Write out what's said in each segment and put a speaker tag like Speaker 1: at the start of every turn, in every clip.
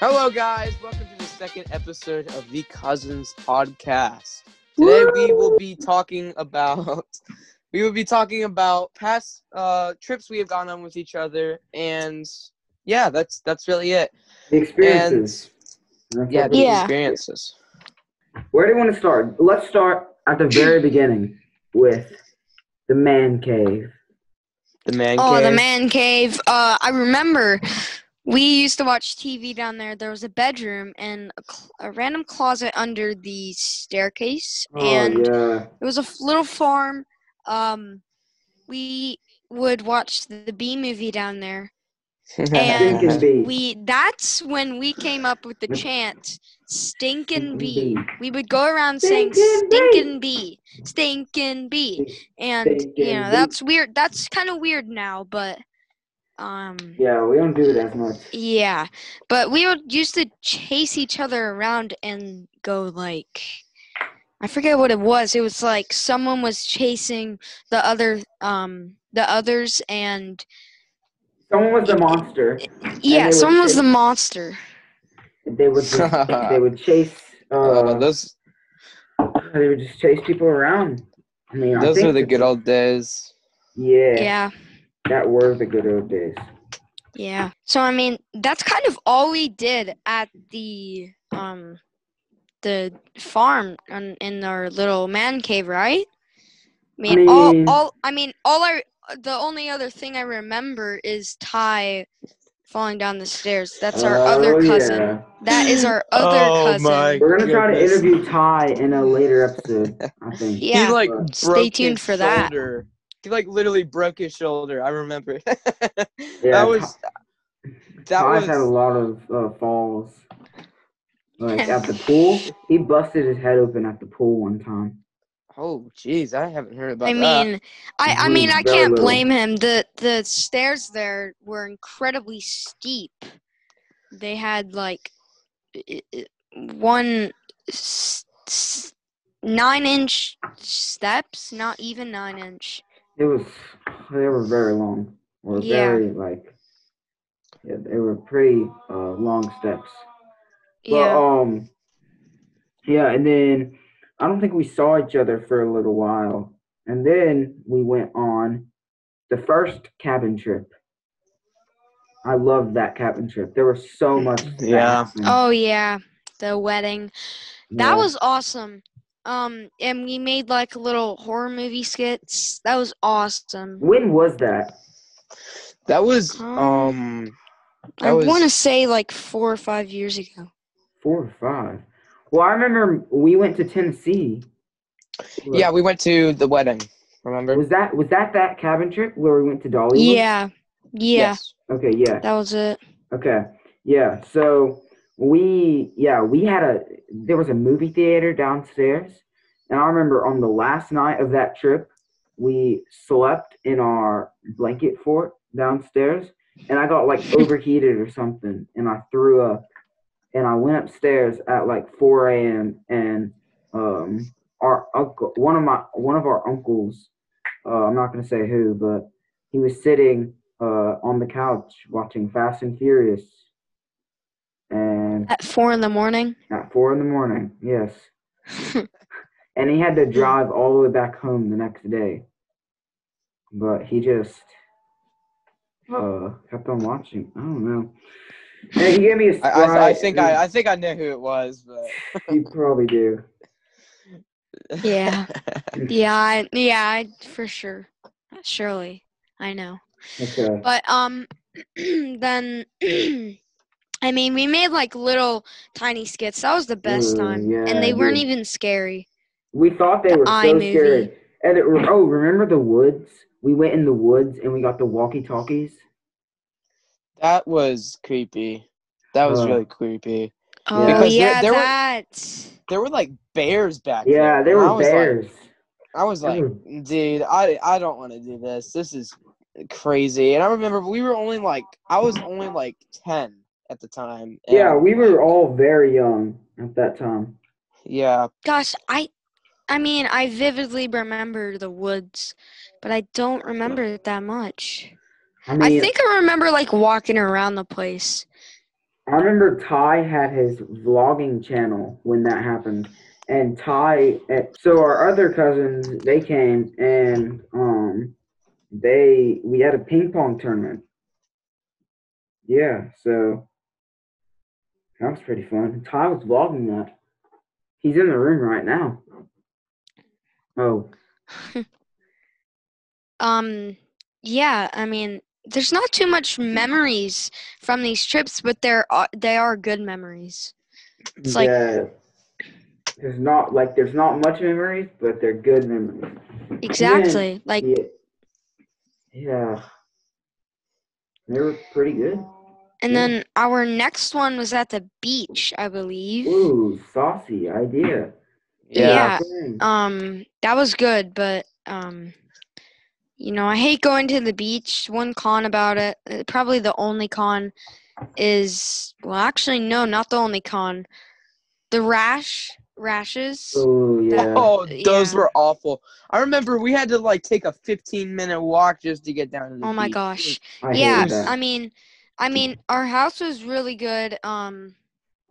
Speaker 1: Hello, guys. Welcome to the second episode of the Cousins Podcast. Today we will be talking about we will be talking about past uh, trips we have gone on with each other, and yeah, that's that's really it.
Speaker 2: The experiences.
Speaker 1: Yeah, the
Speaker 2: Okay.
Speaker 3: Yeah.
Speaker 1: experiences.
Speaker 2: Where do you want to start? Let's start at the very beginning with the man cave.
Speaker 1: The man.
Speaker 3: Oh, the
Speaker 1: cave.
Speaker 3: man cave. Uh, I remember we used to watch TV down there. There was a bedroom and a, cl- a random closet under the staircase, and
Speaker 2: Oh, yeah.
Speaker 3: it was a f- little farm. Um, we would watch the B movie down there. and-
Speaker 1: uh,
Speaker 2: Stinking bee.
Speaker 3: We that's when we came up with the chant "Stinkin' Bee." We would go around saying
Speaker 2: Stinkin' bee.
Speaker 3: "Stinkin' Bee, Stinkin' Bee," and you
Speaker 2: Stinkin'
Speaker 3: know
Speaker 2: bee.
Speaker 3: that's weird. That's kind of weird now, but um,
Speaker 2: Yeah, we don't do it as much.
Speaker 3: yeah. But we would used to chase each other around and go like I forget what it was. It was like someone was chasing the other um the others and
Speaker 2: Someone was the monster. they
Speaker 3: yeah,
Speaker 2: would
Speaker 3: someone was
Speaker 2: chase-
Speaker 3: the monster.
Speaker 2: They would just, they would chase.
Speaker 1: Uh,
Speaker 2: Uh,
Speaker 1: Oh, those
Speaker 2: they would just chase people around. I mean, I
Speaker 1: those
Speaker 2: think
Speaker 1: were the good old days.
Speaker 2: Yeah,
Speaker 3: Yeah.
Speaker 2: that were the good old days.
Speaker 3: Yeah. So I mean, that's kind of all we did at the um the farm in, in our little man cave, right? I mean,
Speaker 2: mean-
Speaker 3: all all I mean, all I the only other thing I remember is Ty falling down the stairs. That's our other
Speaker 2: Oh,
Speaker 3: cousin.
Speaker 2: yeah.
Speaker 3: That is our other
Speaker 1: Oh,
Speaker 3: cousin.
Speaker 1: my-
Speaker 2: We're gonna try to
Speaker 1: Goodness.
Speaker 2: interview Ty in a later episode. I think.
Speaker 3: Yeah.
Speaker 1: He like
Speaker 2: Uh,
Speaker 1: broke
Speaker 3: stay tuned
Speaker 1: his
Speaker 3: for that.
Speaker 1: shoulder. He like literally broke his shoulder. I remember.
Speaker 2: Yeah,
Speaker 1: that was that
Speaker 2: Todd had a
Speaker 1: was
Speaker 2: lot of uh, falls. Like at the pool, he busted his head open at the pool one time.
Speaker 1: oh jeez, I haven't heard about
Speaker 3: I
Speaker 1: that.
Speaker 3: mean, I, I
Speaker 2: Mhm,
Speaker 3: mean, I
Speaker 2: very
Speaker 3: can't
Speaker 2: little.
Speaker 3: blame him. the The stairs there were incredibly steep. They had like i- i- one s- s- nine inch steps, not even nine inch.
Speaker 2: It was they were very long, or
Speaker 3: Yeah.
Speaker 2: very like yeah, they were pretty uh, long steps.
Speaker 3: Yeah,
Speaker 2: But um, yeah, and then I don't think we saw each other for a little while, and then we went on the first cabin trip. I loved that cabin trip. There was so much. that
Speaker 1: Yeah.
Speaker 2: happened.
Speaker 3: oh yeah, the wedding that
Speaker 2: Yeah.
Speaker 3: was awesome. Um, and we made like little horror movie skits. That was awesome.
Speaker 2: When was that?
Speaker 1: That was
Speaker 3: Um,
Speaker 1: um that
Speaker 3: I
Speaker 1: was-
Speaker 3: want to say like four or five years ago.
Speaker 2: Four or five. Well, I remember we went to Tennessee.
Speaker 1: yeah, we went to the wedding. Remember?
Speaker 2: Was that was that that cabin trip where we went to Dollywood?
Speaker 3: Yeah, yeah,
Speaker 1: Yes.
Speaker 2: Okay. Yeah.
Speaker 3: that was it.
Speaker 2: Okay. Yeah. So we yeah we had a there was a movie theater downstairs, and I remember on the last night of that trip, we slept in our blanket fort downstairs, and I got like overheated or something, and I threw up, and I went upstairs at like 4 a.m. and um our uncle one of my one of our uncles, uh, I'm not gonna say who, but he was sitting uh, on the couch watching Fast and Furious. And
Speaker 3: At four in the morning.
Speaker 2: at four in the morning, yes. And he had to drive all the way back home the next day. But he just uh, kept on watching. I don't know. Hey, he gave me
Speaker 1: I,
Speaker 2: a Sprite.
Speaker 1: I, I think I, I think I knew who it was, but
Speaker 2: You probably do.
Speaker 3: yeah, yeah, I, yeah, I, for sure, surely, I know.
Speaker 2: Okay.
Speaker 3: But um, then, I mean, we made like little tiny skits. That was the best
Speaker 2: Mm,
Speaker 3: time,
Speaker 2: yeah,
Speaker 3: and they weren't
Speaker 2: dude.
Speaker 3: even scary.
Speaker 2: We thought they
Speaker 3: The
Speaker 2: were so
Speaker 3: iMovie.
Speaker 2: scary. And it, oh, remember the woods? We went in the woods and we got the walkie talkies.
Speaker 1: that was creepy. That was
Speaker 2: Uh.
Speaker 1: really creepy.
Speaker 3: Oh
Speaker 1: Because there-
Speaker 3: yeah,
Speaker 1: there were-
Speaker 3: that.
Speaker 1: There were like bears back there.
Speaker 2: Yeah, they
Speaker 1: and I
Speaker 2: were
Speaker 1: was like-
Speaker 2: bears.
Speaker 1: I was
Speaker 2: They
Speaker 1: like,
Speaker 2: were-
Speaker 1: dude, I I don't want to do this. This is crazy. And I remember we were only like I was only like ten at the time. and-
Speaker 2: Yeah, we were all very young at that time.
Speaker 1: Yeah,
Speaker 3: Gosh, I, I mean, I vividly remember the woods, but I don't remember it that much.
Speaker 2: I mean,
Speaker 3: I think I remember like walking around the place.
Speaker 2: I remember Ty had his vlogging channel when that happened, and Ty. and- So our other cousins they came and um, they we had a ping pong tournament. Yeah, so that was pretty fun. Ty was vlogging that. He's in the room right now. Oh,
Speaker 3: Um, yeah, I mean, there's not too much memories from these trips, but they're uh, they are good memories. It's like
Speaker 2: yeah. There's not like there's not much memories, but they're good memories.
Speaker 3: exactly like
Speaker 2: yeah. yeah. They were pretty good.
Speaker 3: and
Speaker 2: yeah.
Speaker 3: then our next one was at the beach, I believe.
Speaker 2: Ooh, saucy idea.
Speaker 3: Yeah.
Speaker 2: Dang.
Speaker 3: Um, that was good, but um, you know, I hate going to the beach. One con about it, uh, probably the only con, is well, actually, no, not the only con. The rash, rashes.
Speaker 2: Ooh, yeah.
Speaker 1: Oh, those
Speaker 3: Yeah.
Speaker 1: were awful. I remember we had to like take a 15 minute walk just to get down to the
Speaker 3: Oh my
Speaker 1: beach.
Speaker 3: gosh.
Speaker 2: I
Speaker 3: yeah,
Speaker 2: hated that.
Speaker 3: I mean, I mean, our house was really good. Um,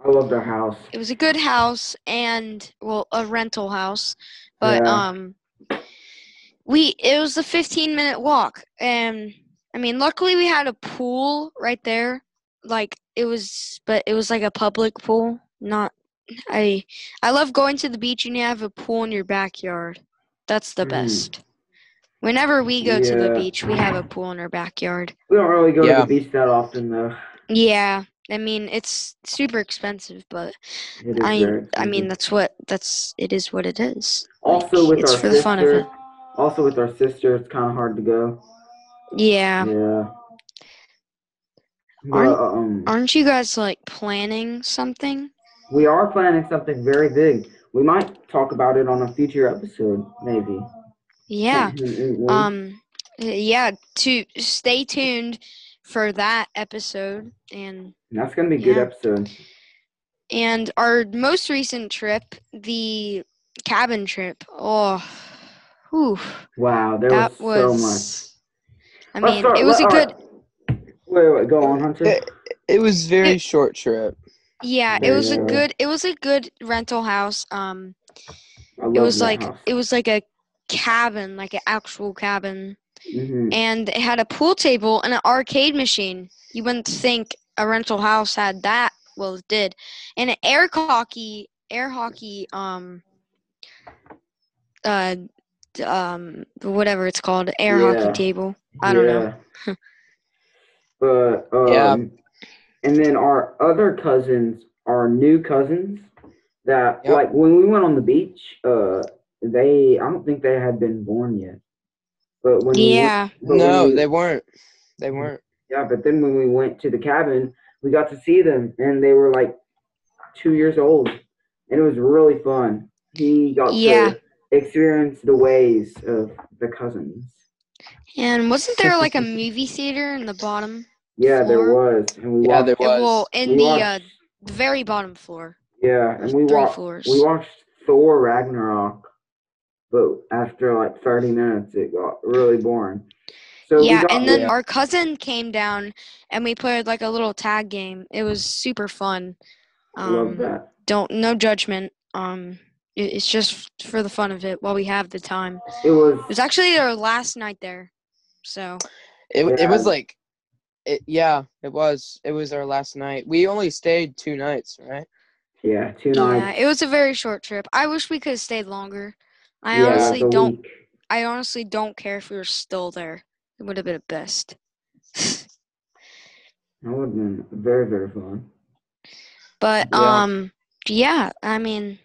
Speaker 2: I loved our house.
Speaker 3: it was a good house and well, a rental house, but
Speaker 2: Yeah.
Speaker 3: um, we it was a 15 minute walk, and I mean, luckily we had a pool right there. Like it was, but it was like a public pool. Not, I I love going to the beach and you have a pool in your backyard. That's the
Speaker 2: Mm.
Speaker 3: best. Whenever we go to the
Speaker 2: Yeah.
Speaker 3: beach, we have a pool in our backyard.
Speaker 2: We don't really go
Speaker 1: Yeah.
Speaker 2: to the beach that often though.
Speaker 3: Yeah, I mean it's super expensive, but
Speaker 2: It is
Speaker 3: I
Speaker 2: very
Speaker 3: mean, I mean
Speaker 2: expensive.
Speaker 3: that's what that's it is what it is.
Speaker 2: also with
Speaker 3: it's
Speaker 2: our
Speaker 3: for
Speaker 2: sister,
Speaker 3: the fun of it.
Speaker 2: Also with our sister, it's kinda hard to go.
Speaker 3: Yeah,
Speaker 2: Yeah. But,
Speaker 3: Aren't-
Speaker 2: um,
Speaker 3: aren't you guys like planning something?
Speaker 2: we are planning something very big. We might talk about it on a future episode, maybe. Mm-hmm,
Speaker 3: Yeah.
Speaker 2: Mm-mm-mm.
Speaker 3: Um. Yeah. To stay tuned for that episode and
Speaker 2: That's gonna be a good
Speaker 3: yeah.
Speaker 2: episode.
Speaker 3: and our most recent trip, the cabin trip. Oh, whew,
Speaker 2: Wow, there
Speaker 3: that
Speaker 2: was so much.
Speaker 3: was. I
Speaker 2: Let's
Speaker 3: mean,
Speaker 2: start-
Speaker 3: it was a
Speaker 2: let-
Speaker 3: good.
Speaker 2: alright. Wait, wait, go on, Hunter.
Speaker 1: Uh, It was very
Speaker 3: It-
Speaker 1: short trip.
Speaker 3: Yeah, it
Speaker 2: There
Speaker 3: was a
Speaker 2: you go.
Speaker 3: good it was a good rental house. Um
Speaker 2: I love
Speaker 3: it was
Speaker 2: that
Speaker 3: like
Speaker 2: house.
Speaker 3: it was like a cabin, like an actual cabin.
Speaker 2: Mhm.
Speaker 3: And it had a pool table and an arcade machine. You wouldn't think a rental house had that. Well it did. And an air hockey air hockey um uh d- um whatever it's called, air
Speaker 2: Yeah.
Speaker 3: hockey table. I don't know.
Speaker 2: Yeah. but um,
Speaker 1: Yeah.
Speaker 2: and then our other cousins, our new cousins, that
Speaker 1: Yep.
Speaker 2: like when we went on the beach, uh, they I don't think they had been born yet. But when we went-
Speaker 3: Yeah.
Speaker 2: but when
Speaker 1: No,
Speaker 2: we-
Speaker 1: they weren't. They weren't.
Speaker 2: yeah, but then when we went to the cabin, we got to see them, and they were like two years old, and it was really fun. He got
Speaker 3: Yeah.
Speaker 2: to experience the ways of the cousins.
Speaker 3: And wasn't there like a movie theater in the bottom?
Speaker 2: Yeah, there was, and we
Speaker 1: Yeah,
Speaker 2: watched.
Speaker 1: there was.
Speaker 3: Well,
Speaker 2: we
Speaker 3: in the
Speaker 2: watched-
Speaker 3: uh the very bottom floor.
Speaker 2: yeah, and we
Speaker 3: three
Speaker 2: watched.
Speaker 3: floors.
Speaker 2: We watched Thor Ragnarok, but after like thirty minutes, it got really boring. So we
Speaker 3: yeah,
Speaker 2: got-
Speaker 3: and then
Speaker 1: Yeah.
Speaker 3: our cousin came down and we played like a little tag game. It was super fun.
Speaker 2: I love
Speaker 3: Um,
Speaker 2: that.
Speaker 3: don't no judgment. Um, it, it's just for the fun of it while we have the time.
Speaker 2: It was.
Speaker 3: It was actually our last night there, so
Speaker 1: It,
Speaker 2: Yeah.
Speaker 1: it was like, it, yeah, it was. It was our last night. We only stayed two nights, right?
Speaker 2: Yeah, two
Speaker 3: yeah,
Speaker 2: nights.
Speaker 3: it was a very short trip. I wish we could have stayed longer. I
Speaker 2: Yeah, it was
Speaker 3: honestly
Speaker 2: a
Speaker 3: don't.
Speaker 2: week.
Speaker 3: I honestly don't care if we were still there. It would have been the best.
Speaker 2: That would have been very very fun.
Speaker 3: But
Speaker 1: Yeah.
Speaker 3: um yeah, I mean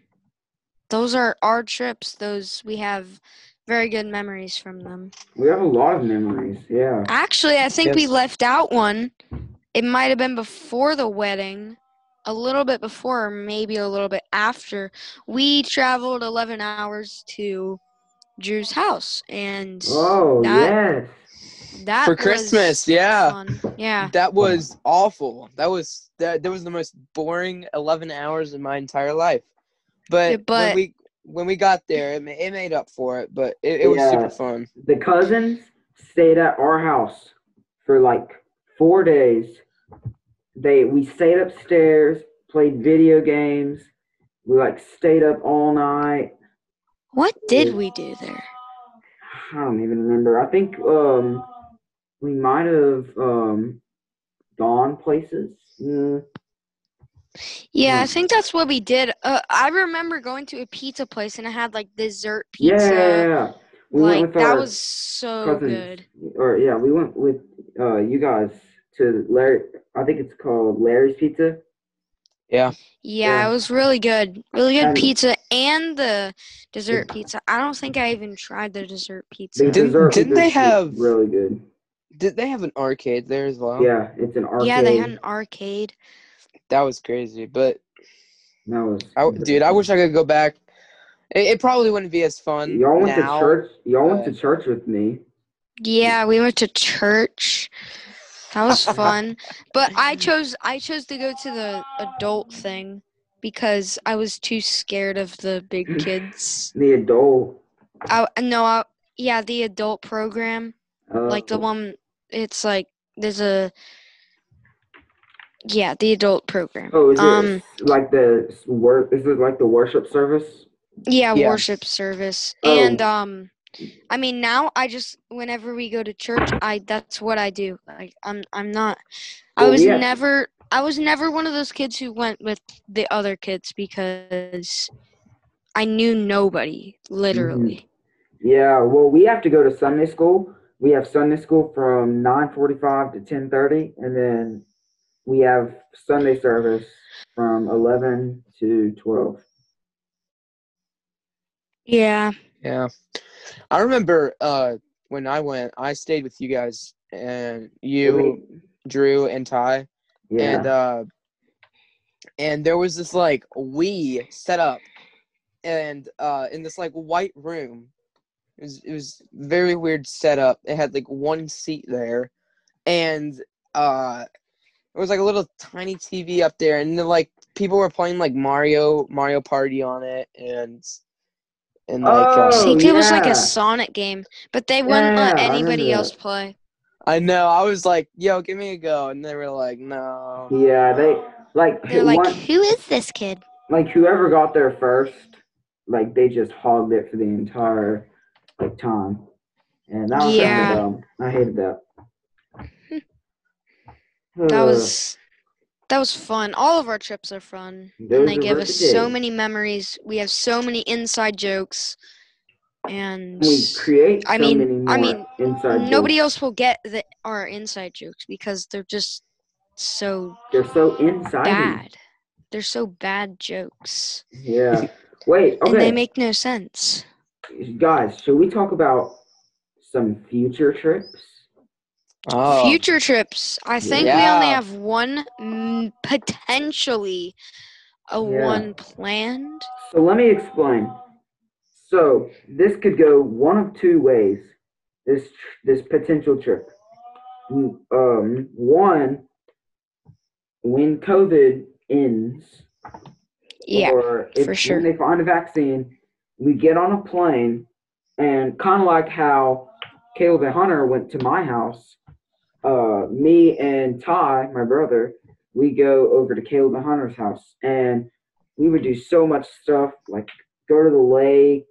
Speaker 3: those are our trips. Those we have very good memories from them.
Speaker 2: We have a lot of memories. Yeah.
Speaker 3: Actually, I think we
Speaker 1: Yes.
Speaker 3: left out one. It might have been before the wedding, a little bit before, or maybe a little bit after. We traveled 11 hours to Drew's house and
Speaker 2: Oh
Speaker 3: that
Speaker 2: yes.
Speaker 3: that
Speaker 1: For
Speaker 3: was
Speaker 1: Christmas, yeah.
Speaker 3: fun. Yeah.
Speaker 1: That was awful. That was that. That was the most boring eleven hours of my entire life. But,
Speaker 3: Yeah, but-
Speaker 1: when we when we got there, it, ma- it made up for it. But it, it was
Speaker 2: Yeah.
Speaker 1: super fun.
Speaker 2: The cousins stayed at our house for like four days. they we stayed upstairs, played video games. We like stayed up all night.
Speaker 3: What did we do there?
Speaker 2: I don't even remember. I think um we might have um gone places. Mm,
Speaker 3: Yeah, I
Speaker 2: Mm.
Speaker 3: think that's what we did. Uh, I remember going to a pizza place and I had like dessert
Speaker 2: Yeah,
Speaker 3: pizza.
Speaker 2: we went
Speaker 3: like
Speaker 2: with
Speaker 3: that
Speaker 2: our
Speaker 3: was so
Speaker 2: cousins,
Speaker 3: good.
Speaker 2: or yeah, we went with uh you guys to Larry. I think it's called Larry's Pizza.
Speaker 3: Yeah,
Speaker 2: Yeah.
Speaker 3: it was really good. Really good
Speaker 2: And-
Speaker 3: pizza and the dessert pizza. I don't think I even tried the dessert
Speaker 2: The
Speaker 3: pizza.
Speaker 1: Didn't-
Speaker 2: dessert
Speaker 1: didn't
Speaker 2: pizza's
Speaker 1: they have-
Speaker 2: really good?
Speaker 1: Did they have an arcade there as well?
Speaker 2: Yeah, it's an arcade.
Speaker 3: Yeah, they had an arcade.
Speaker 1: That was crazy. But
Speaker 2: That was
Speaker 1: I, dude, I wish I could go back. It, it probably wouldn't be as fun.
Speaker 2: y'all went
Speaker 1: now.
Speaker 2: to church. Y'all went to
Speaker 1: but-
Speaker 2: church with me.
Speaker 3: Yeah, we went to church. That was fun. but I chose I chose to go to the adult thing because I was too scared of the big kids.
Speaker 2: The adult,
Speaker 3: I no, I, yeah, the adult program,
Speaker 2: uh,
Speaker 3: like the one it's like there's a yeah, the adult program.
Speaker 2: Oh, is
Speaker 3: um
Speaker 2: it like the s- wor- Is it like the worship service?
Speaker 3: Yeah,
Speaker 1: Yeah.
Speaker 3: worship service.
Speaker 2: Oh.
Speaker 3: And um I mean now I just whenever we go to church, I that's what I do. Like I'm I'm not I
Speaker 2: Well,
Speaker 3: was
Speaker 2: we have-
Speaker 3: never I was never one of those kids who went with the other kids because I knew nobody,
Speaker 2: Mm-hmm.
Speaker 3: literally.
Speaker 2: Yeah. Well, we have to go to Sunday school. We have Sunday school from nine forty-five to ten thirty, and then we have Sunday service from eleven to twelve.
Speaker 3: Yeah.
Speaker 1: Yeah. I remember uh when I went, I stayed with you guys and you, Drew, and Ty.
Speaker 2: Yeah.
Speaker 1: And uh and there was this like Wii set up and uh in this like white room. It was it was very weird setup. It had like one seat there and uh it was like a little tiny TV up there and then like people were playing like Mario Mario Party on it and and like
Speaker 3: I
Speaker 1: uh,
Speaker 2: Oh,
Speaker 3: think it was like
Speaker 2: yeah.
Speaker 3: a Sonic game, but they wouldn't let
Speaker 2: Yeah, I
Speaker 3: anybody
Speaker 2: remember
Speaker 3: else
Speaker 2: that.
Speaker 3: play.
Speaker 1: I know. I was like, "Yo, give me a go," and they were like, "No."
Speaker 2: yeah. They like
Speaker 3: They're like,
Speaker 2: one-
Speaker 3: "Who is this kid?"
Speaker 2: like whoever got there first, like they just hogged it for the entire like time, and that was kinda
Speaker 3: Yeah.
Speaker 2: dumb. I hated that.
Speaker 3: That
Speaker 2: Ugh.
Speaker 3: was that was fun. All of our trips are fun.
Speaker 2: Those
Speaker 3: and they
Speaker 2: are
Speaker 3: give
Speaker 2: really
Speaker 3: us
Speaker 2: good
Speaker 3: so
Speaker 2: days.
Speaker 3: many memories. We have so many inside jokes, and
Speaker 2: We create.
Speaker 3: I
Speaker 2: so
Speaker 3: mean-
Speaker 2: many more
Speaker 3: I mean,
Speaker 2: inside
Speaker 3: nobody
Speaker 2: jokes.
Speaker 3: else will get the, our inside jokes because they're just so
Speaker 2: They're so inside.
Speaker 3: bad. They're so bad jokes,
Speaker 2: Yeah. Wait.
Speaker 3: and
Speaker 2: Okay,
Speaker 3: they make no sense.
Speaker 2: guys. Should we talk about some future trips?
Speaker 1: Oh,
Speaker 3: Future trips. I think we only
Speaker 1: Yeah.
Speaker 3: have one, mm, potentially a
Speaker 2: Yeah.
Speaker 3: one planned.
Speaker 2: So let me explain. So this could go one of two ways. This tr- this potential trip. Mm, Um, one, when COVID ends,
Speaker 3: Yeah.
Speaker 2: or if
Speaker 3: for sure.
Speaker 2: when they find a vaccine, we get on a plane, and kind of like how Caleb and Hunter went to my house. Uh, me and Ty, my brother, we go over to Caleb and Hunter's house, and we would do so much stuff, like go to the lake,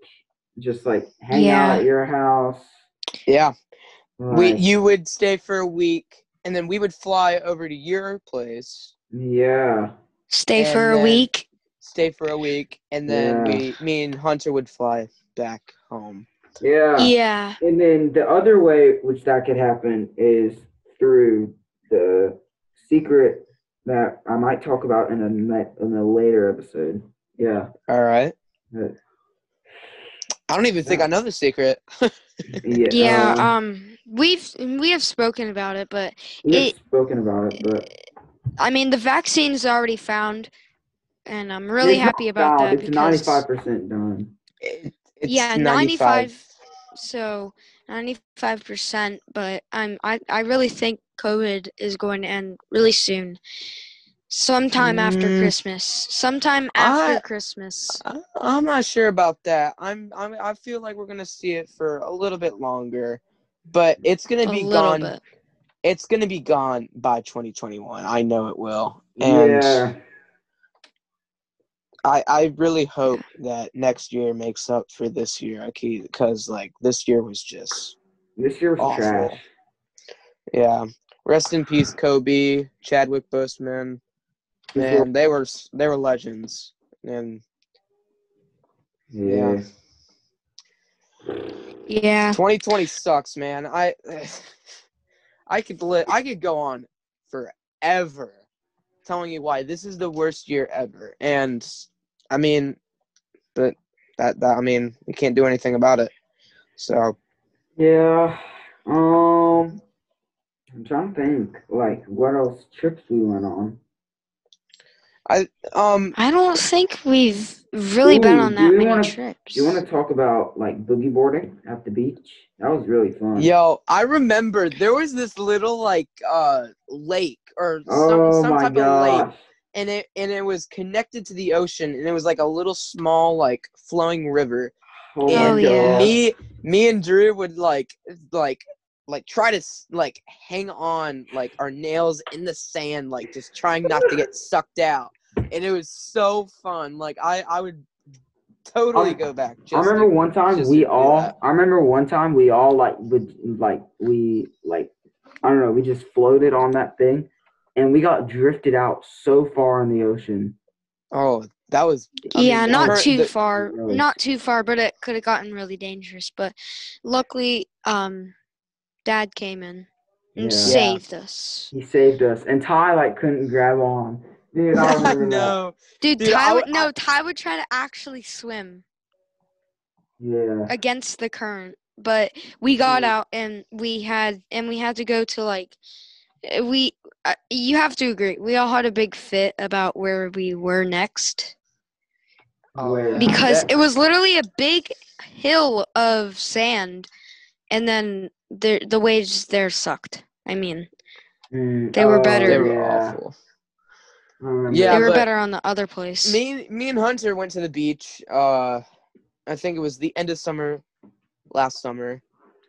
Speaker 2: just like hang
Speaker 3: Yeah.
Speaker 2: out at your house.
Speaker 1: yeah. We
Speaker 2: like-
Speaker 1: you would stay for a week, and then we would fly over to your place,
Speaker 2: yeah,
Speaker 3: Stay for
Speaker 1: And
Speaker 3: a
Speaker 1: then-
Speaker 3: week.
Speaker 1: stay for a week, and then
Speaker 2: Yeah.
Speaker 1: we, me and Hunter would fly back home.
Speaker 2: yeah,
Speaker 3: Yeah.
Speaker 2: And then the other way which that could happen is through the secret that I might talk about in a ni- in a later episode. Yeah,
Speaker 1: All right.
Speaker 2: Yeah.
Speaker 1: I don't even think I know the secret.
Speaker 2: yeah.
Speaker 3: Yeah,
Speaker 2: um,
Speaker 3: um, we've we have spoken about it, but
Speaker 2: we have
Speaker 3: it-
Speaker 2: spoken about it, but
Speaker 3: I mean the vaccine is already found, and I'm really
Speaker 2: It's not
Speaker 3: happy
Speaker 2: found.
Speaker 3: about that
Speaker 2: It's
Speaker 3: because
Speaker 2: ninety five percent done.
Speaker 1: It-
Speaker 3: yeah, 95 so 95 percent. But I'm I I really think COVID is going to end really soon, sometime after
Speaker 1: Mm.
Speaker 3: Christmas, sometime after
Speaker 1: I-
Speaker 3: Christmas.
Speaker 1: I, I'm not sure about that. I'm, I'm I feel like we're gonna see it for a little bit longer, but it's gonna
Speaker 3: A
Speaker 1: be
Speaker 3: little
Speaker 1: gone.
Speaker 3: bit.
Speaker 1: it's gonna be gone by 2021. I know it will, and
Speaker 2: yeah.
Speaker 1: I I really hope that next year makes up for this year. because like this year was just
Speaker 2: This year was
Speaker 1: awful.
Speaker 2: trash.
Speaker 1: yeah. Rest in peace, Kobe, Chadwick Boseman. Man, they were s- they were legends, and
Speaker 2: Yeah.
Speaker 1: Yeah.
Speaker 3: Yeah.
Speaker 1: 2020 sucks, man. I I could li- I could go on forever telling you why this is the worst year ever. And I mean, but that, that I mean, we can't do anything about it. So
Speaker 2: Yeah. Um, I'm trying to think, like, what else trips we went on.
Speaker 1: um,
Speaker 3: I don't think we've really been
Speaker 2: Ooh,
Speaker 3: on
Speaker 2: do
Speaker 3: that
Speaker 2: you
Speaker 3: many
Speaker 2: wanna- do
Speaker 3: trips.
Speaker 2: Do you want to talk about, like, boogie boarding at the beach? That was really fun.
Speaker 1: yo, I remember there was this little like uh lake or some
Speaker 2: Oh,
Speaker 1: some
Speaker 2: my
Speaker 1: type of lake
Speaker 2: gosh.
Speaker 1: and it and it was connected to the ocean and it was like a little small like flowing river
Speaker 2: Oh,
Speaker 3: Oh,
Speaker 2: my
Speaker 3: yeah.
Speaker 2: gosh.
Speaker 1: me me and drew would like like like try to s- like hang on like our nails in the sand like just trying not to get sucked out and it was so fun like i i would totally
Speaker 2: Um,
Speaker 1: go back just
Speaker 2: I remember
Speaker 1: to-
Speaker 2: one time
Speaker 1: just
Speaker 2: we
Speaker 1: to do
Speaker 2: all.
Speaker 1: that.
Speaker 2: I remember one time we all like would like we like I don't know. We just floated on that thing, and we got drifted out so far in the ocean.
Speaker 1: oh that was I mean,
Speaker 3: yeah,
Speaker 1: the
Speaker 3: not
Speaker 1: current-
Speaker 3: too
Speaker 1: the-
Speaker 3: far.
Speaker 2: Really.
Speaker 3: Not too far, but it could have gotten really dangerous. But luckily, um, Dad came in and
Speaker 1: Yeah.
Speaker 2: Yeah.
Speaker 3: saved us.
Speaker 2: He saved us, and Ty like couldn't grab on. Dude, I
Speaker 1: I
Speaker 2: remember
Speaker 1: know.
Speaker 3: Dude,
Speaker 1: Dude, I
Speaker 3: Ty would
Speaker 1: w-
Speaker 3: no, Ty would try to actually swim
Speaker 2: that. Yeah.
Speaker 3: against the current, but we got
Speaker 1: Dude.
Speaker 3: out and we had and we had to go to like uh, we. Uh, you have to agree. We all had a big fit about where we were next
Speaker 1: Oh,
Speaker 2: Where-
Speaker 1: yeah.
Speaker 3: because
Speaker 1: That-
Speaker 3: it was literally a big hill of sand, and then the the waves there sucked. I mean,
Speaker 2: Mm,
Speaker 3: They were
Speaker 2: oh,
Speaker 3: better.
Speaker 1: they were
Speaker 2: yeah.
Speaker 1: awful
Speaker 2: I remember.
Speaker 1: Yeah,
Speaker 3: they were
Speaker 1: but-
Speaker 3: better on the other place.
Speaker 1: Me, me and Hunter went to the beach. Uh, I think it was the end of summer, last summer,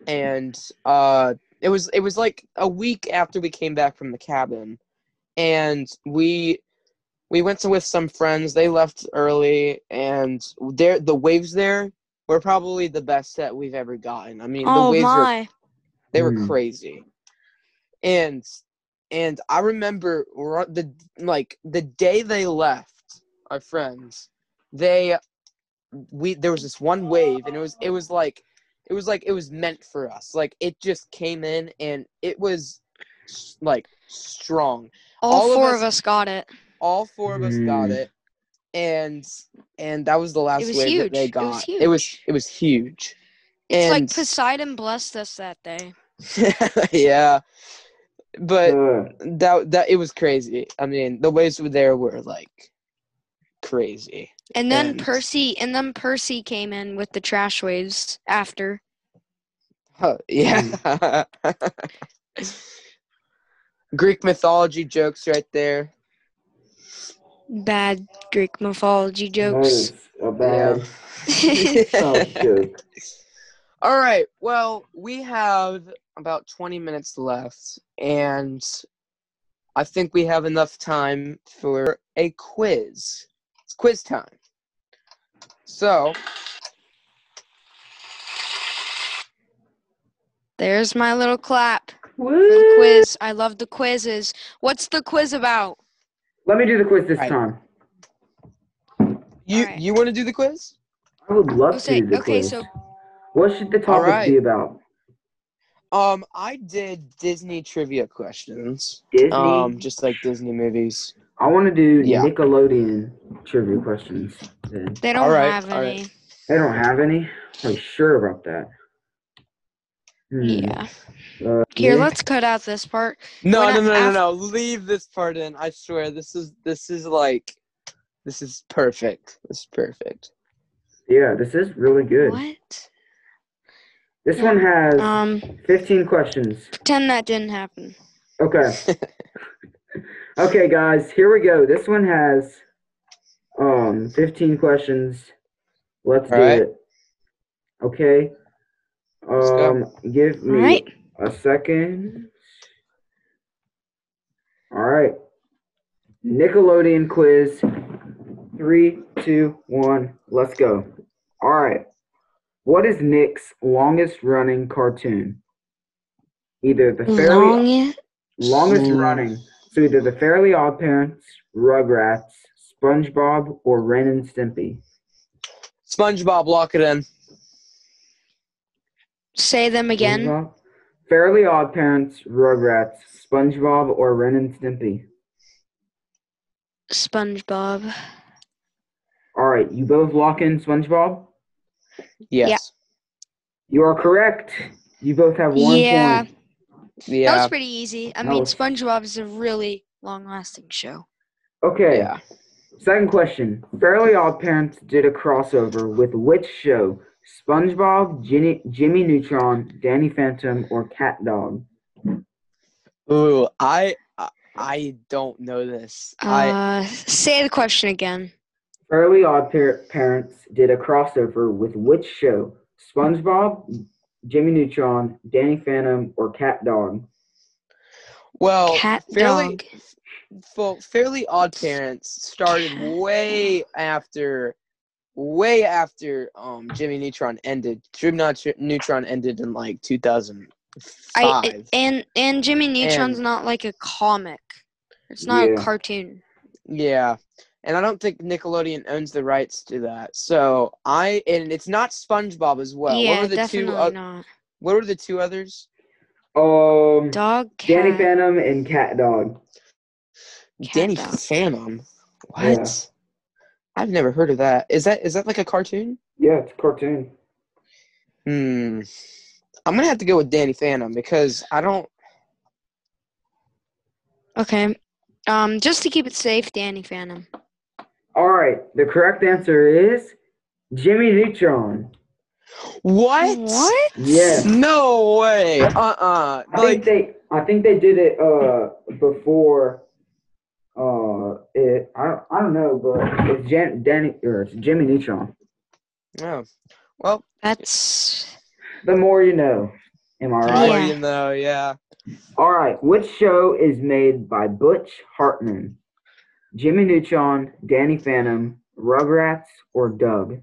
Speaker 1: and uh, it was it was like a week after we came back from the cabin, and we we went to with some friends. They left early, and there the waves there were probably the best that we've ever gotten. I mean, the
Speaker 3: oh
Speaker 1: waves were
Speaker 3: my!
Speaker 1: they were
Speaker 2: Mm.
Speaker 1: crazy, and and I remember ru- the like the day they left, our friends, they we there was this one wave, and it was it was like it was like it was meant for us. Like it just came in, and it was s- like strong.
Speaker 3: All,
Speaker 1: all of
Speaker 3: four
Speaker 1: us-
Speaker 3: of us got it.
Speaker 1: All four of us got
Speaker 2: Mm.
Speaker 1: it, and and that was the last wave
Speaker 3: was
Speaker 1: that they
Speaker 3: huge. It
Speaker 1: got.
Speaker 3: was
Speaker 1: It was
Speaker 3: huge.
Speaker 1: it was huge.
Speaker 3: It's
Speaker 1: And-
Speaker 3: like Poseidon blessed us that day.
Speaker 1: yeah, but
Speaker 2: Uh,
Speaker 1: that that it was crazy. I mean, the waves were there were like crazy.
Speaker 3: And then
Speaker 1: And-
Speaker 3: Percy and then Percy came in with the trash waves after.
Speaker 1: Huh, yeah. Greek mythology jokes right there.
Speaker 3: Bad Greek mythology
Speaker 2: that
Speaker 3: jokes.
Speaker 2: is a bad Oh, soft joke.
Speaker 1: All right. Well, we have about 20 minutes left and I think we have enough time for a quiz. It's quiz time. So,
Speaker 3: There's my little clap for the
Speaker 2: Woo!
Speaker 3: quiz. I love the quizzes. What's the quiz about?
Speaker 2: Let me do the quiz this
Speaker 1: Right.
Speaker 2: time.
Speaker 1: you
Speaker 3: All right.
Speaker 1: you want to do the quiz?
Speaker 2: I would love to
Speaker 3: Okay,
Speaker 2: do the
Speaker 3: okay,
Speaker 2: quiz.
Speaker 3: so
Speaker 2: What should the topic
Speaker 1: right.
Speaker 2: be about?
Speaker 1: Um, I did Disney trivia questions.
Speaker 2: Disney.
Speaker 1: Um, just like Disney movies.
Speaker 2: I want to do
Speaker 1: Yeah.
Speaker 2: Nickelodeon trivia questions. Then
Speaker 3: they don't
Speaker 1: right,
Speaker 3: have
Speaker 1: all right.
Speaker 3: any.
Speaker 2: they don't have any. I'm sure about that. Hmm.
Speaker 3: Yeah.
Speaker 2: Uh, yeah.
Speaker 3: Here, let's cut out this part.
Speaker 1: No,
Speaker 3: When
Speaker 1: no,
Speaker 3: I-
Speaker 1: no, no,
Speaker 3: af-
Speaker 1: no. Leave this part in. I swear, this is this is like, this is perfect. This is perfect.
Speaker 2: Yeah, this is really good.
Speaker 3: What?
Speaker 2: This one has
Speaker 3: Um
Speaker 2: 15 questions.
Speaker 3: pretend that didn't happen.
Speaker 2: Okay. okay, guys, here we go. This one has um 15 questions. Let's
Speaker 1: All
Speaker 2: do
Speaker 1: right.
Speaker 2: it. Okay.
Speaker 1: go.
Speaker 2: Um, give me
Speaker 3: All right.
Speaker 2: a second. All right. Nickelodeon quiz. Three, two, one. Let's go. All right. What is Nick's longest running cartoon? Either the Fairly
Speaker 3: Long.
Speaker 2: longest
Speaker 1: Hmm.
Speaker 2: running. So either the Fairly Odd Parents, Rugrats, SpongeBob, or Ren and Stimpy.
Speaker 1: SpongeBob, lock it in.
Speaker 3: Say them again.
Speaker 2: SpongeBob? Fairly Odd Parents, Rugrats, SpongeBob, or Ren and Stimpy.
Speaker 3: SpongeBob.
Speaker 2: All right, you both lock in SpongeBob.
Speaker 1: Yes.
Speaker 2: You are correct. You both have one
Speaker 3: Yeah.
Speaker 2: point.
Speaker 1: Yeah.
Speaker 3: That was pretty easy. I
Speaker 2: That
Speaker 3: mean,
Speaker 2: was-
Speaker 3: SpongeBob is a really long-lasting show.
Speaker 2: Okay.
Speaker 1: yeah.
Speaker 2: Second question. Fairly Odd Parents did a crossover with which show? SpongeBob, Ginny, Jimmy Neutron, Danny Phantom, or Cat Dog?
Speaker 1: Ooh, I I- I don't know this. I
Speaker 3: Uh, say the question again.
Speaker 2: Fairly Odd Par- Parents did a crossover with which show? SpongeBob, Jimmy Neutron, Danny Phantom, or Cat Dog?
Speaker 1: well,
Speaker 3: Cat
Speaker 1: Oh, fairly
Speaker 3: dog.
Speaker 1: well, fairly odd parents started way after way after um Jimmy Neutron ended. Jimmy Neut- Neutron ended in like 2005.
Speaker 3: I, and and Jimmy Neutron's
Speaker 1: And-
Speaker 3: not like a comic. It's not
Speaker 2: Yeah.
Speaker 3: a cartoon.
Speaker 1: Yeah. And I don't think Nickelodeon owns the rights to that. So I and it's not SpongeBob as well. what
Speaker 3: yeah,
Speaker 1: were the two
Speaker 3: definitely
Speaker 1: o-
Speaker 3: not.
Speaker 1: what were the two others?
Speaker 2: Um,
Speaker 3: Dog. Cat.
Speaker 2: Danny Phantom and Cat Dog.
Speaker 3: Cat
Speaker 1: Danny
Speaker 3: dog.
Speaker 1: Phantom. What?
Speaker 2: Yeah.
Speaker 1: I've never heard of that. Is that is that like a cartoon?
Speaker 2: Yeah, it's a cartoon.
Speaker 1: Hmm. I'm gonna have to go with Danny Phantom because I don't.
Speaker 3: Okay. Um, just to keep it safe, Danny Phantom.
Speaker 2: All right, the correct answer is Jimmy Neutron.
Speaker 1: What?
Speaker 3: What?
Speaker 2: Yeah.
Speaker 1: No way. Uh uh
Speaker 2: I think
Speaker 1: Like
Speaker 2: they I think they did it uh before uh it I don't, I don't know but it's Jan, Danny or it's Jimmy Neutron.
Speaker 1: no. Well,
Speaker 3: That's
Speaker 2: The more you know. Am I right?
Speaker 1: yeah.
Speaker 3: Yeah.
Speaker 1: you know, yeah.
Speaker 2: All right. Which show is made by Butch Hartman? Jimmy Neutron, Danny Phantom, Rugrats, or Doug?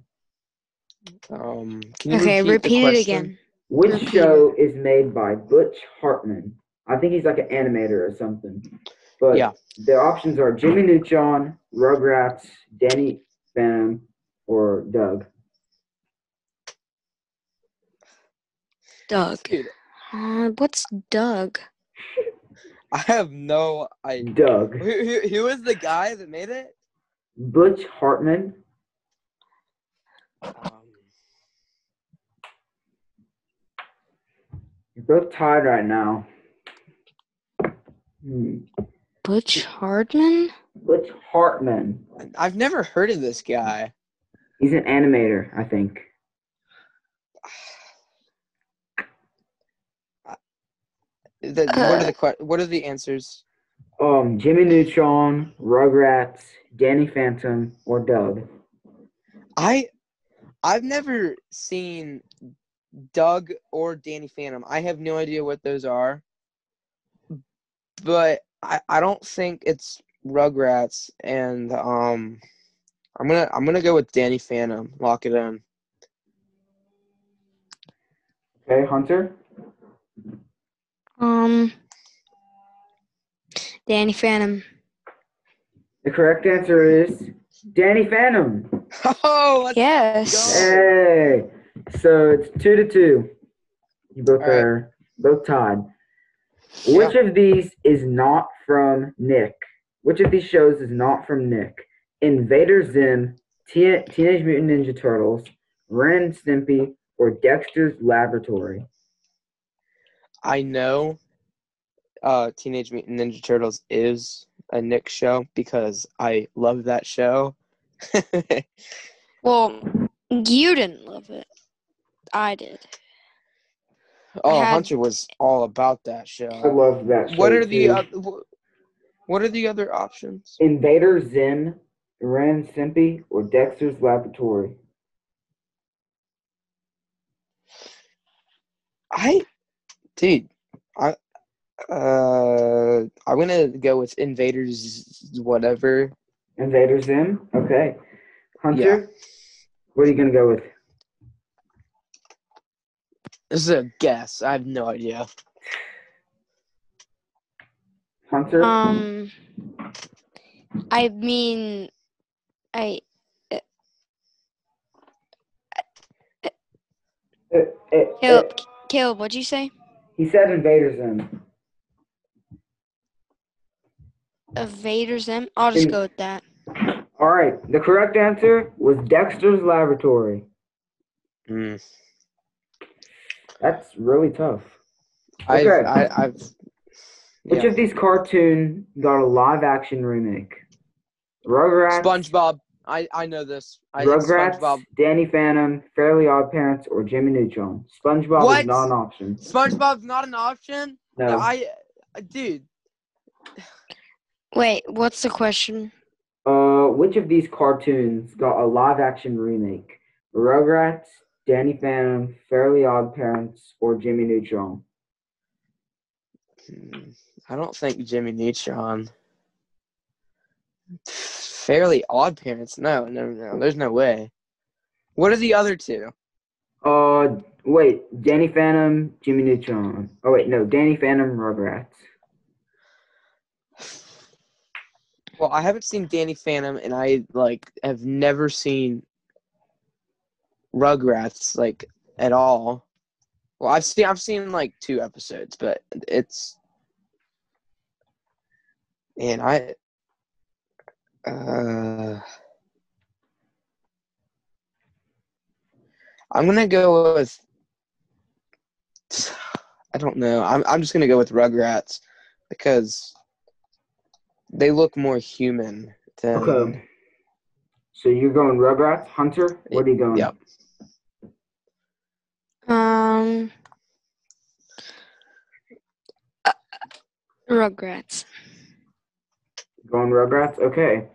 Speaker 1: Um. Can you repeat,
Speaker 3: okay.
Speaker 1: the
Speaker 3: Repeat it
Speaker 1: question?
Speaker 3: again.
Speaker 2: Which
Speaker 3: Repeat.
Speaker 2: show is made by Butch Hartman? I think he's like an animator or something. But
Speaker 1: Yeah.
Speaker 2: the options are Jimmy Neutron, Rugrats, Danny Phantom, or Doug.
Speaker 3: Doug.
Speaker 1: Dude,
Speaker 3: Uh, what's Doug?
Speaker 1: I have no idea.
Speaker 2: Doug.
Speaker 1: Who, who, who is the guy that made it?
Speaker 2: Butch Hartman.
Speaker 1: Um,
Speaker 2: You're both tied right now. Hmm.
Speaker 3: Butch Hardman.
Speaker 2: Butch Hartman.
Speaker 1: I've never heard of this guy.
Speaker 2: He's an animator, I think.
Speaker 1: The, what
Speaker 3: Uh,
Speaker 1: are the que- What are the answers?
Speaker 2: Um, Jimmy Neutron, Rugrats, Danny Phantom, or Doug.
Speaker 1: I I've never seen Doug or Danny Phantom. I have no idea what those are. But I, I don't think it's Rugrats and um I'm gonna I'm gonna go with Danny Phantom. Lock it in.
Speaker 2: Okay, Hunter.
Speaker 3: Um. Danny Phantom.
Speaker 2: The correct answer is Danny Phantom.
Speaker 1: Oh let's
Speaker 3: Yes.
Speaker 2: Hey, so it's two to two. You both
Speaker 1: All right.
Speaker 2: are both tied. Which of these is not from Nick? Which of these shows is not from Nick? Invader Zim, Teen- Teenage Mutant Ninja Turtles, Ren and Stimpy, or Dexter's Laboratory?
Speaker 1: I know uh Teenage Mutant Ninja Turtles is a Nick show because I love that show.
Speaker 3: Well, you didn't love it. I did.
Speaker 1: oh,
Speaker 3: had-
Speaker 1: Hunter was all about that
Speaker 2: I
Speaker 1: show.
Speaker 2: love that. Show
Speaker 1: What are the
Speaker 2: too.
Speaker 1: uh, wh- what are the other options?
Speaker 2: Invader Zim, Ren and Stimpy, or Dexter's Laboratory?
Speaker 1: I, dude, I Uh, I'm gonna go with Invaders, whatever.
Speaker 2: Invader Zim. Okay. Hunter, what are you gonna go with?
Speaker 1: This is a guess. I have no idea.
Speaker 2: Hunter.
Speaker 3: Um, I mean, I
Speaker 2: Eh, eh, eh.
Speaker 3: Caleb, Caleb, what'd you say?
Speaker 2: He said Invader Zim.
Speaker 3: Evaders them. I'll just
Speaker 2: In-
Speaker 3: go with that.
Speaker 2: All right. The correct answer was Dexter's Laboratory.
Speaker 1: Mm.
Speaker 2: That's really tough.
Speaker 1: I've,
Speaker 2: Okay.
Speaker 1: I, I've.
Speaker 2: Which
Speaker 1: Yeah.
Speaker 2: of these cartoon got a live action remake? Rugrats,
Speaker 1: SpongeBob. I, I know this. I think
Speaker 2: Rugrats,
Speaker 1: SpongeBob.
Speaker 2: Danny Phantom, Fairly Odd Parents, or Jimmy Neutron. SpongeBob is
Speaker 1: What?
Speaker 2: not an option.
Speaker 1: SpongeBob's not an option.
Speaker 2: No.
Speaker 1: I, dude.
Speaker 3: Wait, what's the question?
Speaker 2: Uh, which of these cartoons got a live action remake? Rugrats, Danny Phantom, Fairly Odd Parents, or Jimmy Neutron?
Speaker 1: Hmm, I don't think Jimmy Neutron. Fairly Odd Parents. No, no, no. There's no way. What are the other two?
Speaker 2: Uh, wait, Danny Phantom, Jimmy Neutron. Oh, wait, no, Danny Phantom, Rugrats.
Speaker 1: Well, I haven't seen Danny Phantom, and I like have never seen Rugrats like at all. Well, I've seen I've seen like two episodes, but it's and I uh I'm gonna go with I don't know. I'm I'm just gonna go with Rugrats because they look more human than
Speaker 2: Okay. Um, So you're going Rugrats, Hunter? What are you going?
Speaker 1: Yep.
Speaker 3: Um, uh, Rugrats.
Speaker 2: Going Rugrats? Okay.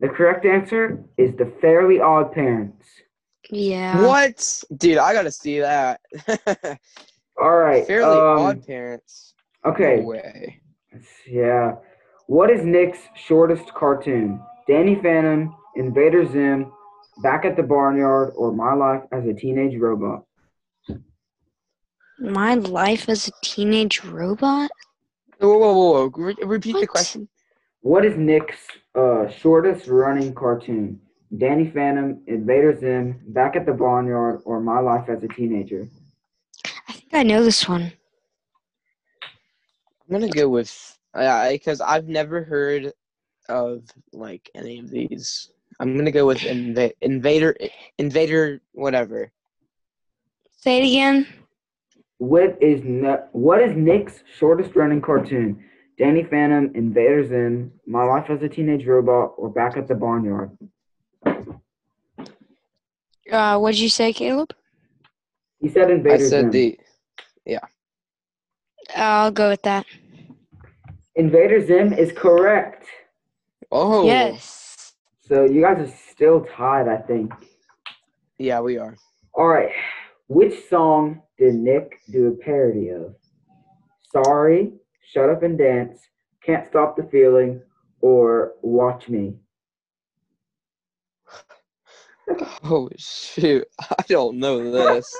Speaker 2: The correct answer is the Fairly Odd Parents.
Speaker 3: Yeah.
Speaker 1: What? Dude, I gotta see that.
Speaker 2: All right.
Speaker 1: Fairly
Speaker 2: um,
Speaker 1: Odd Parents.
Speaker 2: Okay.
Speaker 1: No way.
Speaker 2: Yeah. What is Nick's shortest cartoon? Danny Phantom, Invader Zim, Back at the Barnyard, or My Life as a Teenage Robot?
Speaker 3: My life as a teenage robot?
Speaker 1: Whoa, whoa, whoa! whoa. Re- repeat the
Speaker 3: What?
Speaker 1: question.
Speaker 2: What is Nick's uh, shortest running cartoon? Danny Phantom, Invader Zim, Back at the Barnyard, or My Life as a Teenager?
Speaker 3: I think I know this one.
Speaker 1: I'm gonna go with because I've never heard of like any of these. I'm gonna go with inv- Invader, Invader, whatever.
Speaker 3: Say it again.
Speaker 2: What is ne- what is Nick's shortest running cartoon? Danny Phantom, Invader Zim, My Life as a Teenage Robot, or Back at the Barnyard?
Speaker 3: Uh, what'd you say, Caleb?
Speaker 2: He said
Speaker 1: I
Speaker 2: Invader
Speaker 1: said
Speaker 2: Zim.
Speaker 1: the
Speaker 3: I'll go with that.
Speaker 2: Invader Zim is correct.
Speaker 1: oh
Speaker 3: Yes.
Speaker 2: So you guys are still tied, I think.
Speaker 1: yeah we are.
Speaker 2: All right. Which song did Nick do a parody of? Sorry, Shut Up and Dance, Can't Stop the Feeling, or Watch Me?
Speaker 1: Oh shoot! I don't know this.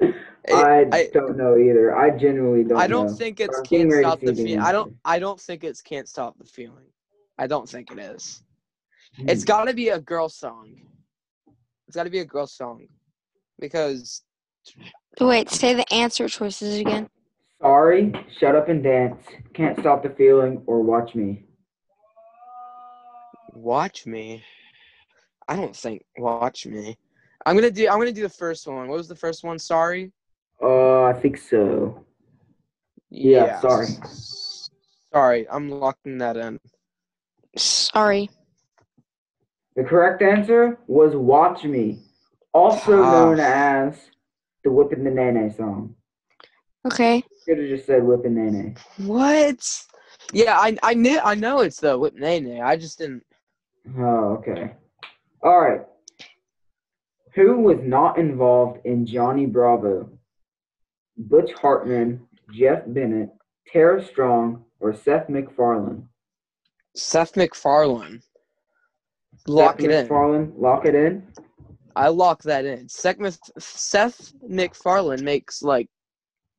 Speaker 2: I,
Speaker 1: I-
Speaker 2: don't know either. I genuinely don't know.
Speaker 1: I don't think it's
Speaker 2: I'm
Speaker 1: can't
Speaker 2: getting ready to
Speaker 1: stop
Speaker 2: see
Speaker 1: the
Speaker 2: the
Speaker 1: feeling. I don't.
Speaker 2: answer.
Speaker 1: I don't think it's can't stop the feeling. I don't think it is.
Speaker 2: Mm-hmm.
Speaker 1: It's
Speaker 2: Hmm.
Speaker 1: got to be a girl song. It's got to be a girl song, because
Speaker 3: Wait, say the answer choices again.
Speaker 2: Sorry, Shut Up and Dance, Can't Stop the Feeling, or Watch Me.
Speaker 1: watch me. I don't think watch me. I'm gonna do. I'm gonna do the first one. What was the first one? Sorry.
Speaker 2: Uh, I think so. Yeah, sorry.
Speaker 1: Sorry, I'm locking that in.
Speaker 3: Sorry.
Speaker 2: The correct answer was Watch Me, also
Speaker 1: Ah.
Speaker 2: known as the Whippin' the Nene song.
Speaker 3: Okay.
Speaker 2: Should have just said Whippin' Nene.
Speaker 1: What? Yeah, I I knew I know it's the whip nay nay. I just didn't.
Speaker 2: Oh, okay. All right. Who was not involved in Johnny Bravo? Butch Hartman, Jeff Bennett, Tara Strong, or Seth MacFarlane?
Speaker 1: Seth MacFarlane. Lock
Speaker 2: Seth
Speaker 1: it in.
Speaker 2: MacFarlane, lock it in.
Speaker 1: I lock that in. Seth, Mac- Seth MacFarlane makes like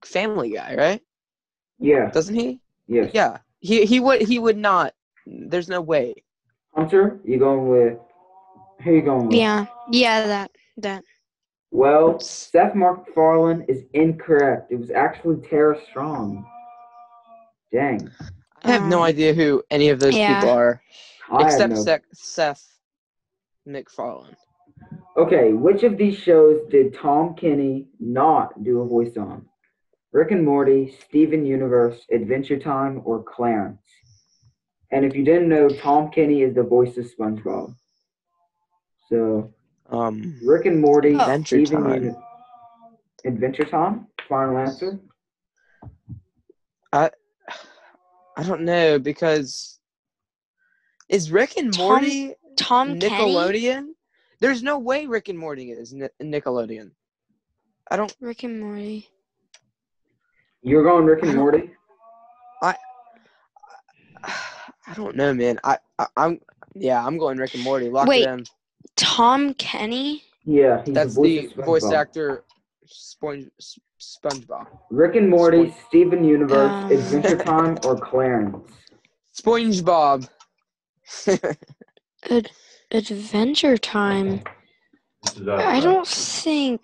Speaker 1: Family Guy, right?
Speaker 2: Yeah.
Speaker 1: Doesn't he?
Speaker 2: Yes.
Speaker 1: Yeah. He he would he would not. There's no way.
Speaker 2: Hunter, you going with? Who you going with?
Speaker 3: Yeah. Yeah, that. That.
Speaker 2: Well, Seth MacFarlane is incorrect. It was actually Tara Strong. Dang.
Speaker 1: I have no
Speaker 3: Um,
Speaker 1: idea who any of those
Speaker 3: yeah.
Speaker 1: people are,
Speaker 2: I had
Speaker 1: except
Speaker 2: no-
Speaker 1: Seth, Seth MacFarlane.
Speaker 2: Okay, which of these shows did Tom Kenny not do a voice on? Rick and Morty, Steven Universe, Adventure Time, or Clarence? And if you didn't know, Tom Kenny is the voice of SpongeBob. So
Speaker 1: Um,
Speaker 2: Rick and Morty,
Speaker 3: Oh.
Speaker 1: Adventure
Speaker 2: Steven
Speaker 1: Time.
Speaker 2: Uni- Adventure Time. Final answer.
Speaker 1: I don't know because is Rick and
Speaker 3: Tom
Speaker 1: Morty
Speaker 3: Tom Kenny.
Speaker 1: Nickelodeon? There's no way Rick and Morty is Ni- Nickelodeon. I don't.
Speaker 3: Rick and Morty.
Speaker 2: You're going Rick
Speaker 1: I
Speaker 2: and
Speaker 1: don't-
Speaker 2: Morty.
Speaker 1: I don't know, man. I, I I'm yeah. I'm going Rick and Morty. Lock
Speaker 3: Wait,
Speaker 1: it in.
Speaker 3: Tom Kenny?
Speaker 2: Yeah, he's
Speaker 1: That's
Speaker 2: the voice,
Speaker 1: the
Speaker 2: of
Speaker 1: voice
Speaker 2: SpongeBob.
Speaker 1: actor, Sponge, S- SpongeBob.
Speaker 2: Rick and Morty, Steven Universe,
Speaker 3: Um.
Speaker 2: Adventure Time, or Clarence.
Speaker 1: SpongeBob.
Speaker 3: Ad- Adventure Time.
Speaker 1: uh,
Speaker 3: I don't think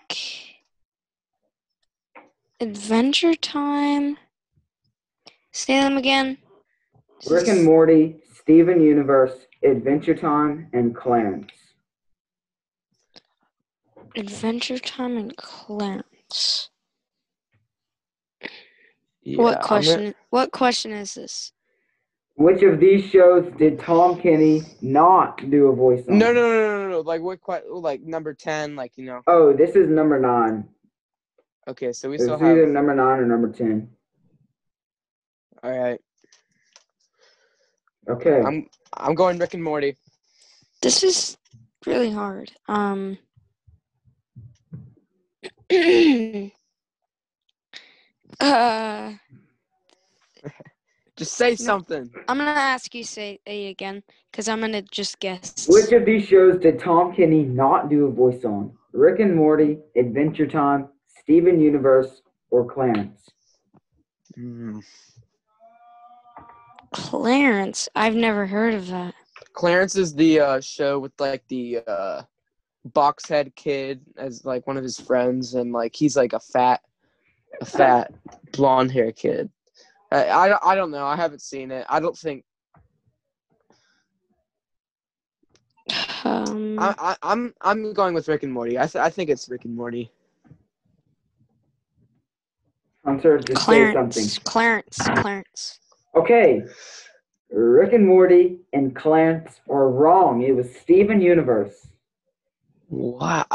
Speaker 3: Adventure Time. Say them again.
Speaker 2: Rick and Morty, Steven Universe, Adventure Time, and Clarence.
Speaker 3: Adventure Time and Clarence.
Speaker 1: Yeah, I'm
Speaker 3: what
Speaker 1: gonna-
Speaker 3: question? What question is this?
Speaker 2: Which of these shows did Tom Kenny not do a voice on?
Speaker 1: No, no, no, no, no, no. Like what? Quite like number ten. Like you know.
Speaker 2: Oh, this is number nine.
Speaker 1: Okay, so we
Speaker 2: It was
Speaker 1: still
Speaker 2: either
Speaker 1: have.
Speaker 2: number nine or number ten.
Speaker 1: All right,
Speaker 2: Okay.
Speaker 1: I'm I'm going Rick and Morty.
Speaker 3: This is really hard. Um. uh,
Speaker 1: Just say something.
Speaker 3: I'm gonna ask you say A again, cause I'm gonna just guess.
Speaker 2: Which of these shows did Tom Kenny not do a voice on? Rick and Morty, Adventure Time, Steven Universe, or Clarence?
Speaker 1: Mm.
Speaker 3: Clarence? I've never heard of that.
Speaker 1: Clarence is the uh, show with like the uh, box head kid as like one of his friends, and like he's like a fat, a fat blonde hair kid. I, I don't- I don't know. I haven't seen it. I don't think
Speaker 3: Um,
Speaker 1: I, I I'm I'm going with Rick and Morty. I th- I think it's Rick and Morty.
Speaker 2: Hunter, just say something.
Speaker 3: Clarence, Clarence, Clarence.
Speaker 2: Okay. Rick and Morty and Clarence are wrong. It was Steven Universe.
Speaker 1: Wow.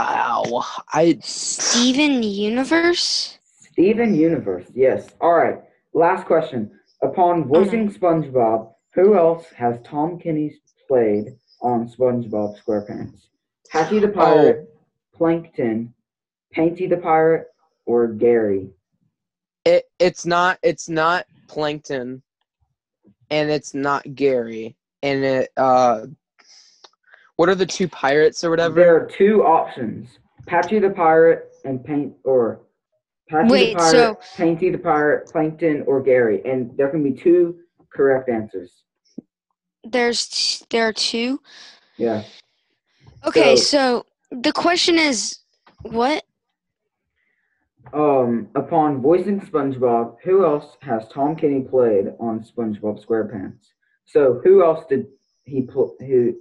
Speaker 1: I
Speaker 3: Steven Universe?
Speaker 2: Steven Universe, yes. All right. Last question. Upon voicing SpongeBob, who else has Tom Kenny played on SpongeBob SquarePants? Happy the Pirate, Plankton, Painty the Pirate, or Gary?
Speaker 1: it it's not it's not plankton and it's not gary and it uh what are the two pirates or whatever
Speaker 2: There are two options: Patchy the Pirate and Paint, or Patchy
Speaker 3: Wait,
Speaker 2: the Pirate,
Speaker 3: so-
Speaker 2: Painty the Pirate, Plankton, or Gary, and there can be two correct answers.
Speaker 3: There's t- there are two.
Speaker 2: Yeah.
Speaker 3: Okay,
Speaker 2: So-
Speaker 3: so the question is, what?
Speaker 2: Um, upon voicing SpongeBob, who else has Tom Kenny played on SpongeBob SquarePants? So who else did he pl- who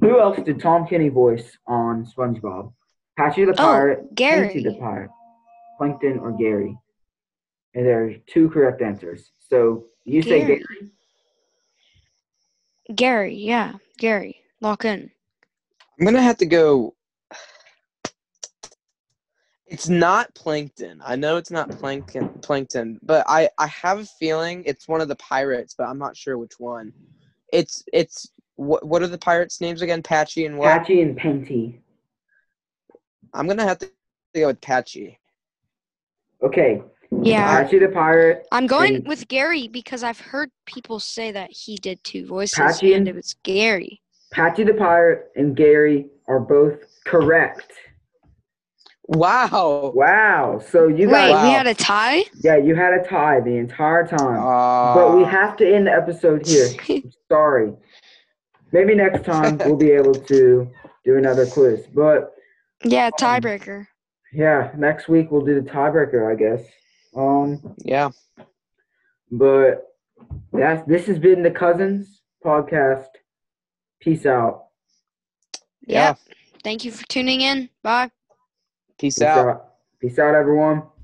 Speaker 2: who else did Tom Kenny voice on SpongeBob? Patchy the Pirate,
Speaker 3: oh,
Speaker 2: Painty
Speaker 3: Gary.
Speaker 2: the Pirate, Plankton, or Gary? And there are two correct answers. So you say
Speaker 3: Gary.
Speaker 2: Gary.
Speaker 3: Gary, yeah, Gary. Lock in.
Speaker 1: i'm gonna have to go it's not plankton i know it's not plankton plankton but i i have a feeling it's one of the pirates but i'm not sure which one it's it's what, what are the pirates names again patchy and what
Speaker 2: Patchy and Painty.
Speaker 1: i'm gonna have to go with patchy
Speaker 2: Okay,
Speaker 3: Yeah.
Speaker 2: Patchy the pirate.
Speaker 3: I'm going
Speaker 2: and-
Speaker 3: with Gary because I've heard people say that he did two voices
Speaker 2: Patchy
Speaker 3: and
Speaker 2: and-
Speaker 3: it was Gary.
Speaker 2: Patchy the pirate and Gary are both correct.
Speaker 1: Wow.
Speaker 2: Wow. So you
Speaker 3: Wait,
Speaker 2: guys,
Speaker 1: got-
Speaker 3: we
Speaker 1: Wow.
Speaker 3: had a tie?
Speaker 2: yeah, you had a tie the entire time.
Speaker 1: Uh,
Speaker 2: but we have to end the episode here. I'm sorry. Maybe next time we'll be able to do another quiz. But
Speaker 3: yeah, tiebreaker.
Speaker 2: yeah, next week we'll do the tiebreaker, I guess. Um,
Speaker 1: yeah.
Speaker 2: but that's this has been the Cousins podcast. Peace out.
Speaker 1: Yeah.
Speaker 3: Yep. Thank you for tuning in. Bye.
Speaker 1: Peace
Speaker 2: Peace
Speaker 1: out.
Speaker 2: out. Peace out, everyone.